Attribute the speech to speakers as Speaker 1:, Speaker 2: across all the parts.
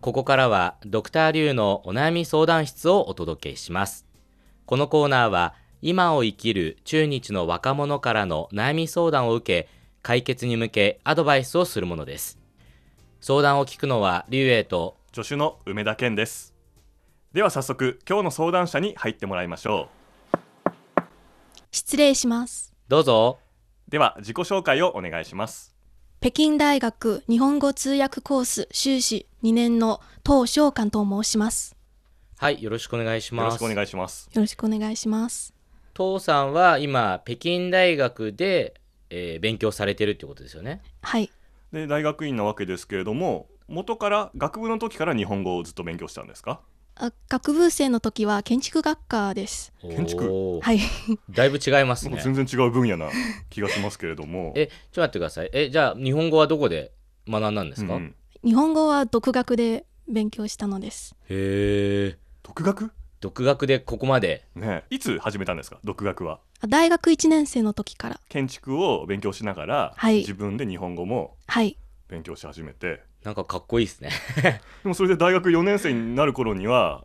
Speaker 1: ここからはドクターリュウのお悩み相談室をお届けしますこのコーナーは今を生きる中日の若者からの悩み相談を受け解決に向けアドバイスをするものです相談を聞くのはリュウエイと
Speaker 2: 助手の梅田健ですでは早速今日の相談者に入ってもらいましょ
Speaker 3: 失礼します。
Speaker 1: どうぞ
Speaker 2: うでは自己紹介をお願いします
Speaker 3: 北京大学日本語通訳コース修士2年の唐翔館と申します。
Speaker 1: はいよろしくお願いし
Speaker 2: よ
Speaker 1: ま
Speaker 2: ろ
Speaker 1: す
Speaker 2: しくお願いします
Speaker 3: よろしくお願いします。
Speaker 1: 父さんは今北京大学で、えー勉強されてるってことですよね
Speaker 3: はい、
Speaker 2: で大学院なわけですけれども元から学部の時から日本語をずっと勉強したんですか
Speaker 3: あ学部生の時は建築学科です。
Speaker 2: 建築
Speaker 1: おー
Speaker 3: はい、
Speaker 1: だいぶ違います
Speaker 2: なん
Speaker 1: ね
Speaker 2: か全然違う分野な気がしますけれども
Speaker 1: えちょっと待ってくださいえじゃあ日本語はどこで学んだんですか、
Speaker 2: うんうん
Speaker 3: 日本語は独学で勉強したのです。
Speaker 1: へえ
Speaker 2: 独学
Speaker 1: 独学でここまで
Speaker 2: ねえいつ始めたんですか独学は
Speaker 3: あ大学1年生の時から、
Speaker 2: 建築を勉強しながら、
Speaker 3: はい
Speaker 2: 自分で日本語も
Speaker 3: はい、
Speaker 2: 勉強し始めて
Speaker 1: なんかかっこいいですね
Speaker 2: でもそれで大学4年生になる頃には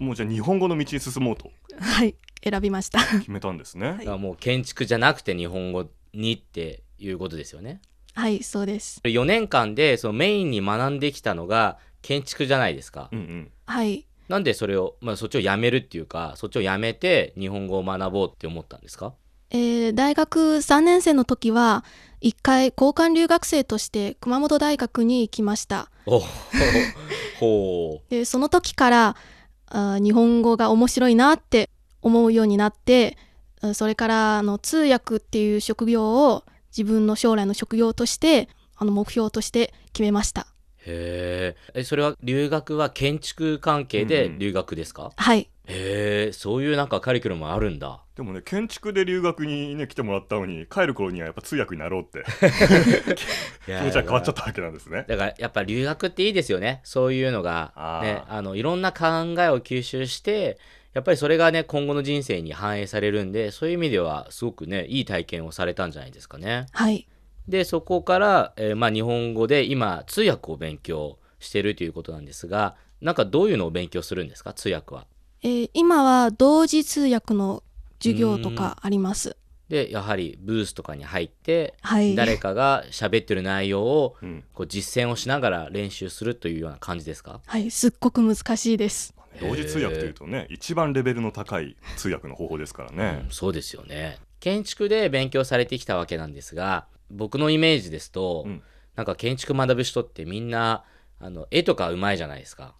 Speaker 2: もうじゃあ日本語の道に進もうと
Speaker 3: はい、選びました。
Speaker 2: 決めたんですね、
Speaker 1: だからもう建築じゃなくて日本語にっていうことですよね
Speaker 3: はい、そうです。
Speaker 1: 4年間でそのメインに学んできたのが建築じゃないですか、
Speaker 2: うんうん
Speaker 3: はい、
Speaker 1: なんでそれを、まあ、そっちをやめるっていうかそっちをやめて日本語を学ぼうって思ったんですか
Speaker 3: えー大学3年生の時は一回交換留学生として熊本大学に行きました。
Speaker 1: お ほう
Speaker 3: でその時からあー日本語が面白いなって思うようになってうんそれからあの通訳っていう職業を自分の将来の職業としてあの目標として決めました
Speaker 1: へーえそれは留学は建築関係で
Speaker 2: うんうん
Speaker 1: 留学ですか、
Speaker 3: はい
Speaker 1: へえそういうなんかカリキュラムあるんだ
Speaker 2: でもね建築で留学にね来てもらったのに帰る頃にはやっぱ通訳になろう って
Speaker 1: 気
Speaker 2: 気持ちが変わっちゃったわけなんですね。
Speaker 1: だからやっぱ留学っていいですよねそういうのが
Speaker 2: あー
Speaker 1: ねあのいろんな考えを吸収してやっぱりそれがね今後の人生に反映されるんでそういう意味ではすごくねいい体験をされたんじゃないですかね
Speaker 3: はい
Speaker 1: でそこから、えーまあ、日本語で今通訳を勉強してるということなんですがなんかどういうのを勉強するんですか通訳は
Speaker 3: えー今は同時通訳の授業とかあります
Speaker 1: でやはりブースとかに入って
Speaker 3: はい
Speaker 1: 誰かが喋ってる内容を
Speaker 2: うん、
Speaker 1: こ う実践をしながら練習するというような感じですか
Speaker 3: はいすっごく難しいです
Speaker 2: 同時通訳というとね一番レベルの高い通訳の方法ですからね
Speaker 1: うん。そうですよね建築で勉強されてきたわけなんですが僕のイメージですと、
Speaker 2: うん
Speaker 1: なんか建築学ぶ人ってみんなあの絵とかうまいじゃないですか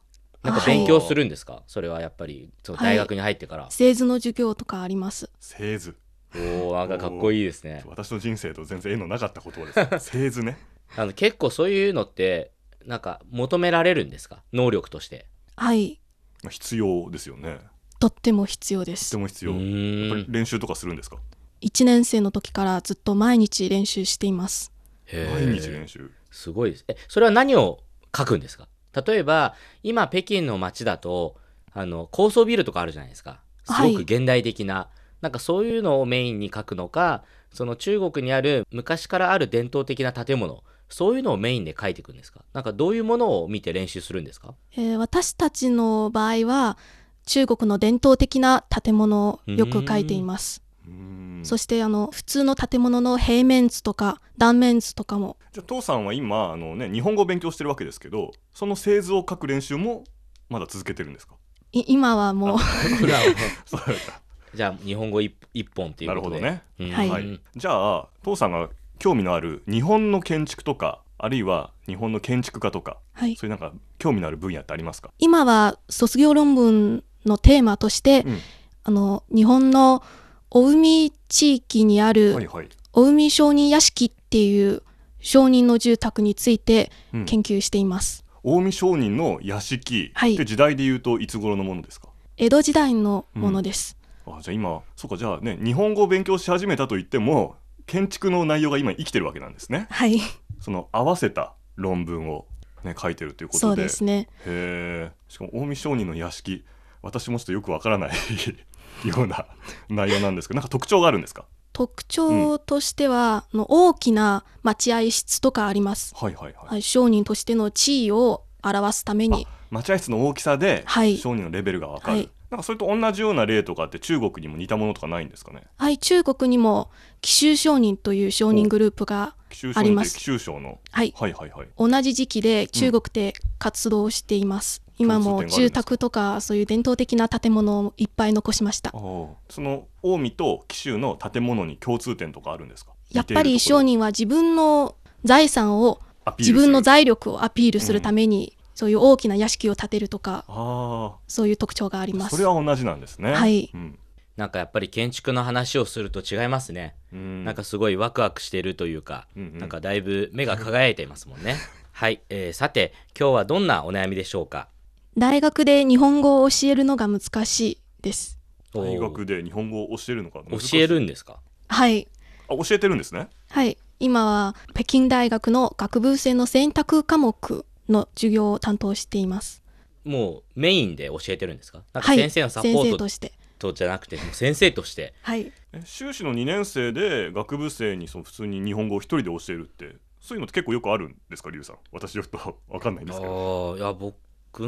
Speaker 1: なんか
Speaker 3: はい
Speaker 1: 勉強するんですか、それはやっぱりそう
Speaker 3: はい
Speaker 1: 大学に入ってから、
Speaker 3: 製図の授業とかあります
Speaker 2: 製図
Speaker 1: おおなんかかっこいいですね
Speaker 2: 私の人生と全然縁のなかったことをです ね製図ね
Speaker 1: あの結構そういうのってなんか求められるんですか能力として
Speaker 3: はい
Speaker 2: まあ必要ですよね。
Speaker 3: とっても必要で
Speaker 2: と
Speaker 3: す
Speaker 2: ても必
Speaker 1: う
Speaker 2: 要。やっぱ
Speaker 1: ー
Speaker 2: り
Speaker 1: ん
Speaker 2: 練習とかするんですか
Speaker 3: 1年生の時からずっと毎日練習しています
Speaker 1: へー
Speaker 2: 毎日練習。
Speaker 1: すごいです。え、それは何を書くんですか例えば、今、北京の街だと、あの、高層ビルとかあるじゃないですか。す
Speaker 3: はい
Speaker 1: ごく現代的な。なんかそういうのをメインに書くのか、その中国にある昔からある伝統的な建物、そういうのをメインで書いていくんですかなんかどういうものを見て練習するんですか
Speaker 3: えー私たちの場合は中国の伝統的な建物をよく描いています、
Speaker 2: うーんじ
Speaker 3: そしてあの普通の建物の平面図とか断面図とかも
Speaker 2: ゃあ父さんは今あの、ね、日本語を勉強してるわけですけどその製図を書く練習もまだ続けてるんですか
Speaker 3: い今はもう
Speaker 2: そうですか
Speaker 1: じゃあ、日本語一一本ってい
Speaker 2: な
Speaker 1: う
Speaker 2: る
Speaker 1: こ
Speaker 2: ほ
Speaker 1: と
Speaker 2: ど
Speaker 1: で。
Speaker 2: ね。
Speaker 1: うん。
Speaker 3: はい
Speaker 2: はい、じゃあ父さんが興味のある日本の建築とかあるいは日本の建築家とか
Speaker 3: はい
Speaker 2: そういうなんか興味のある分野ってありますか、
Speaker 3: 今は卒業論文のテーマとして、
Speaker 2: うん
Speaker 3: あの日本のお海地域にあ
Speaker 2: はい
Speaker 3: る
Speaker 2: はい、
Speaker 3: お海商人屋敷っていう商人の住宅について
Speaker 2: うん、
Speaker 3: 研究しています、
Speaker 2: 近江商人の屋敷
Speaker 3: はい
Speaker 2: って時代で言うといつ頃のものですか、
Speaker 3: 江戸時代のものです、
Speaker 2: あじゃあ今そうかじゃあね日本語を勉強し始めたといっても建築の内容が今生きてるわけなんですね
Speaker 3: はい
Speaker 2: その合わせた論文を、ね、書いてるということで
Speaker 3: そうですね
Speaker 2: へえしかも近江商人の屋敷私もちょっとよくわからない ような内容なんですけどなんか特徴があるんですか
Speaker 3: 特徴としては、あの大きな待合室とかあります、
Speaker 2: はいはいはい
Speaker 3: はい商人としての地位を表すために
Speaker 2: 待合室の大きさで
Speaker 3: はい
Speaker 2: 商人のレベルがわかる、
Speaker 3: はい
Speaker 2: なんかそれと同じような例とかって中国にも似たものとかないんですかね
Speaker 3: はい中国にも紀州商人という商人グループが
Speaker 2: 紀州商
Speaker 3: あり
Speaker 2: 人っ
Speaker 3: ま
Speaker 2: て
Speaker 3: す
Speaker 2: 紀州商の
Speaker 3: はい
Speaker 2: はいはいはい
Speaker 3: 同じ時期で中国で活動しています、
Speaker 2: ん
Speaker 3: 今
Speaker 2: 共通点がある
Speaker 3: も
Speaker 2: んですか
Speaker 3: 住宅とかそういう伝統的な建物をいっぱい残しました
Speaker 2: あーその近江と紀州の建物に共通点とかあるんですか
Speaker 3: やっぱり商人は自分の財産を自分の財力をアピールするために、そういう大きな屋敷を建てるとか
Speaker 2: あ
Speaker 3: そういう特徴があり
Speaker 2: あ
Speaker 3: ま
Speaker 2: そ
Speaker 3: す
Speaker 2: れは同じなんですね
Speaker 3: はい
Speaker 2: うん
Speaker 1: なんかやっぱり建築の話をすると違いますね、
Speaker 2: うん
Speaker 1: なんかすごいワクワクしているというか、
Speaker 2: うんうん
Speaker 1: なんかだいぶ目が輝いていますもん ねはい、えーさて今日はどんなお悩みでしょうか
Speaker 3: 大学で日本語を教えるのが難しいです
Speaker 1: おー
Speaker 2: 大学で日本語を教えるのか
Speaker 1: 教
Speaker 2: 難しい
Speaker 1: えるんですか
Speaker 3: はい
Speaker 2: あ教えてるんですね
Speaker 3: はい今は北京大学の学部生の選択科目の授業を担当しています
Speaker 1: もうメインで教えてるんですかなんか
Speaker 3: はい
Speaker 1: 先生のサポ
Speaker 3: 先生
Speaker 1: ー
Speaker 3: と
Speaker 1: ト
Speaker 3: して
Speaker 1: とじゃなくてもう先生として
Speaker 3: はい
Speaker 2: え修士の2年生で学部生にその普通に日本語を一人で教えるってそういうのって結構よくあるんですかリュウさん私ちょっとわかんないん
Speaker 1: あ
Speaker 2: ですけど
Speaker 1: ーいや僕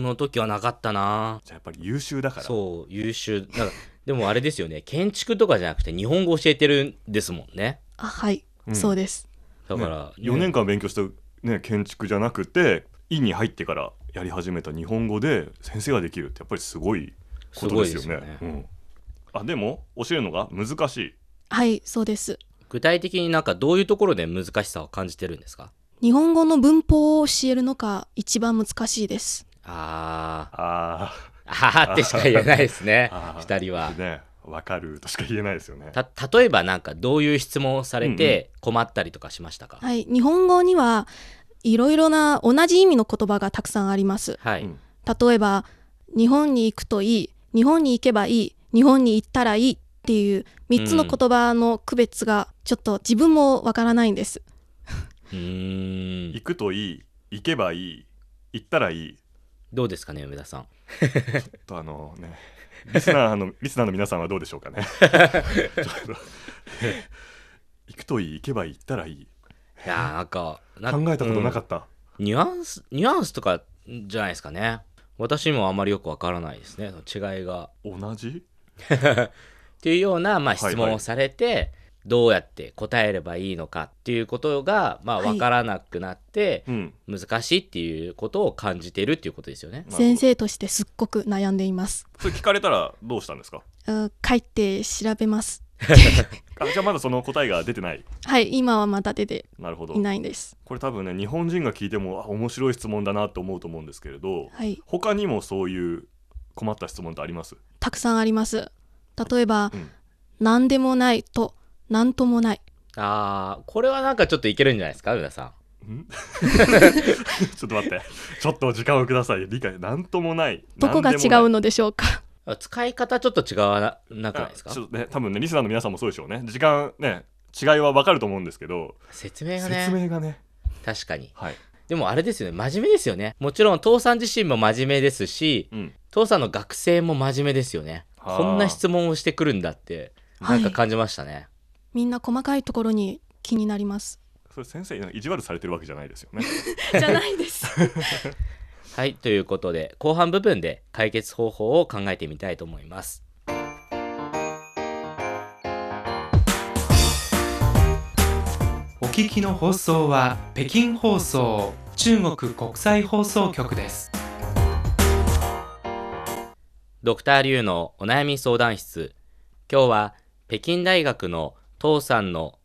Speaker 1: の時はなかったな
Speaker 2: じゃあやっぱり優秀だから
Speaker 1: そう優秀なんかでもあれですよね建築とかじゃなくて日本語教えてるんですもんね
Speaker 3: あはい、
Speaker 2: うん
Speaker 3: そうです
Speaker 1: だから、
Speaker 2: ね、4年間勉強した、ね、建築じゃなくて院に入ってからやり始めた日本語で先生ができるってやっぱりすごいことですよね。
Speaker 1: すごいですよ
Speaker 2: うん、あでも教えるのが難しい。
Speaker 3: はいそうです
Speaker 1: 具体的になんかどういうところで難しさを感じてるんですか
Speaker 3: 日本語の文法を教えるのが一番難しいです
Speaker 1: あー
Speaker 2: あ
Speaker 1: あはってしか言えないですね
Speaker 2: あー
Speaker 1: 二人は
Speaker 2: ー。ね分かるとしか言えないですよね。
Speaker 1: た例えばなんかどういう質問をされて困ったりとかしましたか、
Speaker 3: はい日本語にはいろいろな同じ意味の言葉がたくさんあります
Speaker 1: はい、
Speaker 2: うん
Speaker 3: 例えば日本に行くといい日本に行けばいい日本に行ったらいいっていう3つの言葉の区別がちょっと自分もわからないんです、
Speaker 1: うーん
Speaker 2: 行くといい行けばいい行ったらいい
Speaker 1: どうですかね梅田さん
Speaker 2: とあのねリスナーの リスナーの皆さんはどうでしょう かね。ちょっと行くといい行けばいい行ったらいい
Speaker 1: いやーなんかな
Speaker 2: 考えたことなか
Speaker 1: うん
Speaker 2: った。
Speaker 1: ニュアンスニュアンスとかじゃないですかね私もあんまりよくわからないですねその違いが
Speaker 2: 同じ
Speaker 1: っていうような、まあ、
Speaker 2: はいはい
Speaker 1: 質問をされて、どうやって答えればいいのかっていうことが、まあ、
Speaker 3: はい
Speaker 1: 分からなくなって、
Speaker 2: うん
Speaker 1: 難しいっていうことを感じてるっていうことですよね。
Speaker 2: なるほど
Speaker 3: 先生としてすっごく悩んでいます
Speaker 2: それ聞かれたらどうしたんですか
Speaker 3: うん書いて調べます
Speaker 2: あじゃあまだその答えが出てない
Speaker 3: はい今はまだ出て
Speaker 2: なるほど
Speaker 3: いないんです
Speaker 2: これ多分ね日本人が聞いてもあ面白い質問だなと思うと思うんですけれど
Speaker 3: はい
Speaker 2: 他にもそういう困った質問ってあります、
Speaker 3: たくさんあります例えば
Speaker 2: うん
Speaker 3: 何でもないと何ともない
Speaker 1: ああこれはなんかちょっといけるんじゃないですか皆さん。
Speaker 2: ん ちょっと待ってちょっと時間をください理解なんともない
Speaker 3: どこが違う
Speaker 2: の
Speaker 3: のでしょうか
Speaker 1: あ使い方ちょっと違わなくないですか
Speaker 2: ちょっとね多分ねリスナーの皆さんもそうでしょうね時間ね違いは分かると思うんですけど
Speaker 1: 説明が
Speaker 2: 説
Speaker 1: ね
Speaker 2: 明がね
Speaker 1: 確かに
Speaker 2: はい、
Speaker 1: でもあれですよね真面目ですよねもちろん父さん自身も真面目ですし
Speaker 2: うん、
Speaker 1: 父さんの学生も真面目ですよね
Speaker 2: はあ
Speaker 1: こんな質問をしてくるんだってなんか感じましたね、
Speaker 3: みんな細かいところに気にな ります
Speaker 2: それ先生意地悪されてるわけじゃないですよね
Speaker 3: じゃないです
Speaker 1: はい、ということで後半部分で解決方法を考えてみたいと思います。
Speaker 4: お聞きの放送は北京放送中国国際放送局です
Speaker 1: ドクターリュウのお悩み相談室。今日は北京大学の父さんの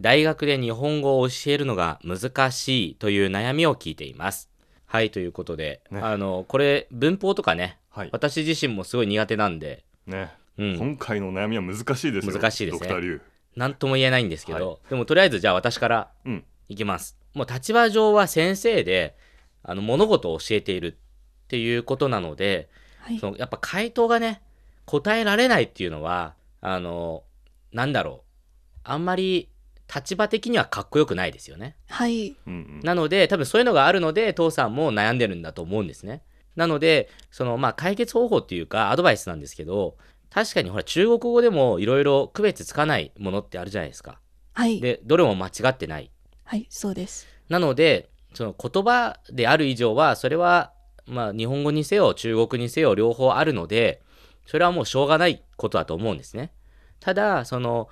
Speaker 1: 大学で日本語を教えるのが難しいという悩みを聞いています。はい、ということで、
Speaker 2: ね
Speaker 1: あのこれ文法とかね、
Speaker 2: はい
Speaker 1: 私自身もすごい苦手なんで、
Speaker 2: ね
Speaker 1: うん、
Speaker 2: 今回のお悩みは難しいですよ
Speaker 1: 難しいですね
Speaker 2: ドクターリュウ
Speaker 1: なんとも言えないんですけど、でもとりあえずじゃあ私から
Speaker 2: うん
Speaker 1: いきます。もう立場上は先生であの物事を教えているっていうことなので、
Speaker 3: はい
Speaker 1: そのやっぱ回答がね答えられないっていうのはあのなんだろうあんまり立場的にはかっこよくないですよね。
Speaker 3: はい
Speaker 2: うんうん
Speaker 1: なので多分そういうのがあるので父さんも悩んでるんだと思うんですね。なのでそのまあ解決方法っていうかアドバイスなんですけど確かにほら中国語でもいろいろ区別つかないものってあるじゃないですか。
Speaker 3: はい
Speaker 1: でどれも間違ってない。
Speaker 3: はいそうです
Speaker 1: なのでその言葉である以上はそれはまあ日本語にせよ中国にせよ両方あるのでそれはもうしょうがないことだと思うんですね。ただその、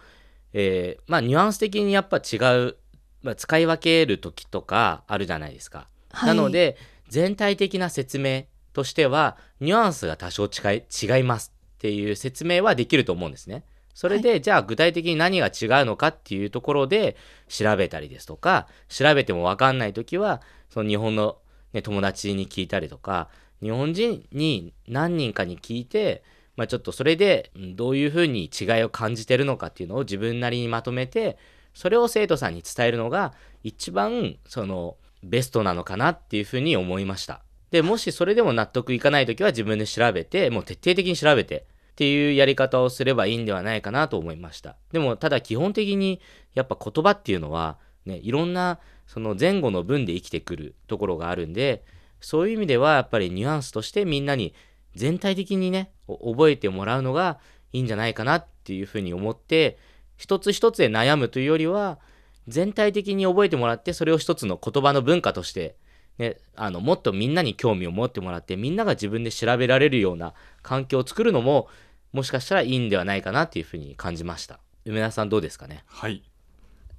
Speaker 1: えーまあニュアンス的にやっぱ違う、まあ、使い分ける時とかあるじゃないですか。
Speaker 3: はい、
Speaker 1: なので全体的な説明としてはニュアンスが多少違い違いますっていう説明はできると思うんですね。それで、じゃあ具体的に何が違うのかっていうところで調べたりですとか調べても分かんない時はその日本の、ね、友達に聞いたりとか日本人に何人かに聞いて、まあ、ちょっとそれでうんどういうふうに違いを感じてるのかっていうのを自分なりにまとめてそれを生徒さんに伝えるのが一番そのベストなのかなっていうふうに思いました。でもしそれでも納得いかない時は自分で調べてもう徹底的に調べてっていうやり方をすればいいんではないかなと思いました。でもただ基本的にやっぱ言葉っていうのはねいろんなその前後の文で生きてくるところがあるんでそういう意味ではやっぱりニュアンスとしてみんなに全体的にねお覚えてもらうのがいいんじゃないかなっていうふうに思って一つ一つで悩むというよりは全体的に覚えてもらってそれを一つの言葉の文化として、ね、あのもっとみんなに興味を持ってもらってみんなが自分で調べられるような環境を作るのももしかしたらいいんではないかなっていうふうに感じました梅田さんどうですかね
Speaker 2: はい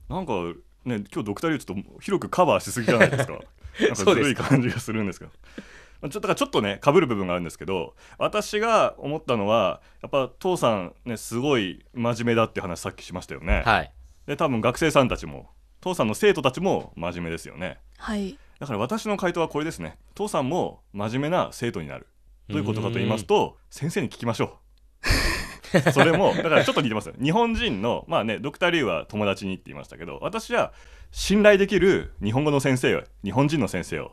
Speaker 2: なんかね今日ドクターリュウちょっと広くカバーしすぎじゃない ですかなんかず
Speaker 1: そうですか
Speaker 2: るい感じがするんですけどまあちょっとだからちょっとねかぶる部分があるんですけど私が思ったのはやっぱ父さんねすごい真面目だって話さっきしましたよね、
Speaker 1: はい
Speaker 2: で多分学生さんたちも父さんの生徒たちも真面目ですよね
Speaker 3: はい、
Speaker 2: だから私の回答はこれですね父さんも真面目な生徒になるどういうことかと言いますと先生に聞きましょう それもだからちょっと似てますよ日本人のまあねドクター・リュウは友達にって言いましたけど私は信頼できる日本語の先生を日本人の先生を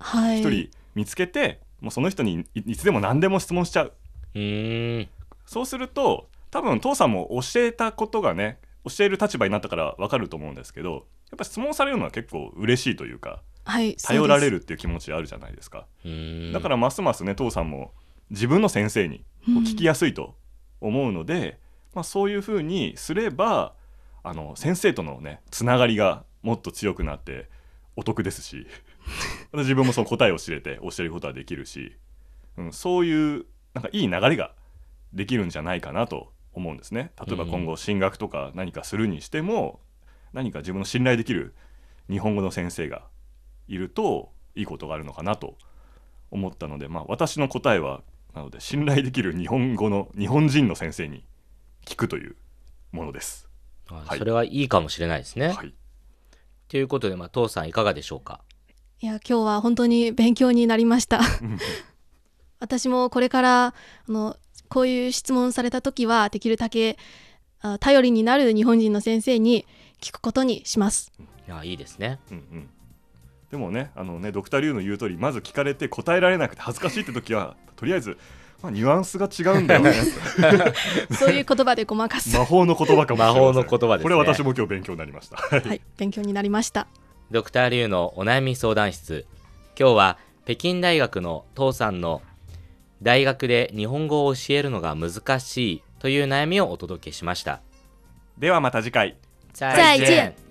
Speaker 3: はい、
Speaker 2: 一人見つけて、もうその人にいいつでも何でも質問しちゃう
Speaker 1: うーん
Speaker 2: そうすると多分父さんも教えたことがね教える立場になったから分かると思うんですけどやっぱ質問されるのは結構嬉しいというか
Speaker 3: はい、そうです
Speaker 2: 頼られるっていう気持ちあるじゃないですか
Speaker 1: うーん
Speaker 2: だからますますね父さんも自分の先生に
Speaker 3: うん
Speaker 2: こう聞きやすいと思うので、まあ、そういうふうにすればあの先生とのねつながりがもっと強くなってお得ですし 自分もその答えを知れて教えることはできるし、うん、そういうなんかいい流れができるんじゃないかなと思うんですね。例えば今後進学とか何かするにしても、何か自分の信頼できる日本語の先生がいるといいことがあるのかなと思ったので、まあ、私の答えはなので信頼できる日本語の日本人の先生に聞くというものです。
Speaker 1: あ
Speaker 2: はい
Speaker 1: それはいいかもしれないですね。
Speaker 2: はい、
Speaker 1: ということで、まあ、父さんいかがでしょうか
Speaker 3: いや今日は本当に勉強になりました 私もこれからあのこういう質問された時はできるだけあ頼りになる日本人の先生に聞くことに します
Speaker 1: いやいいですね。
Speaker 2: うんうんでもねあのねドクター・リュウの言う通りまず聞かれて答えられなくて恥ずかしいって時はとりあえず、まあ、ニュアンスが違うんだよ ね
Speaker 3: そういう言葉でごまかす
Speaker 2: 魔法の言葉かもしれません
Speaker 1: 魔法の言葉ですね
Speaker 2: これは私も今日勉強になりました。はい
Speaker 3: はい勉強になりました
Speaker 1: ドクターリュウのお悩み相談室今日は北京大学の父さんの大学で日本語を教えるのが難しいという悩みをお届けしました。
Speaker 2: ではまた次回
Speaker 1: 再
Speaker 3: 再见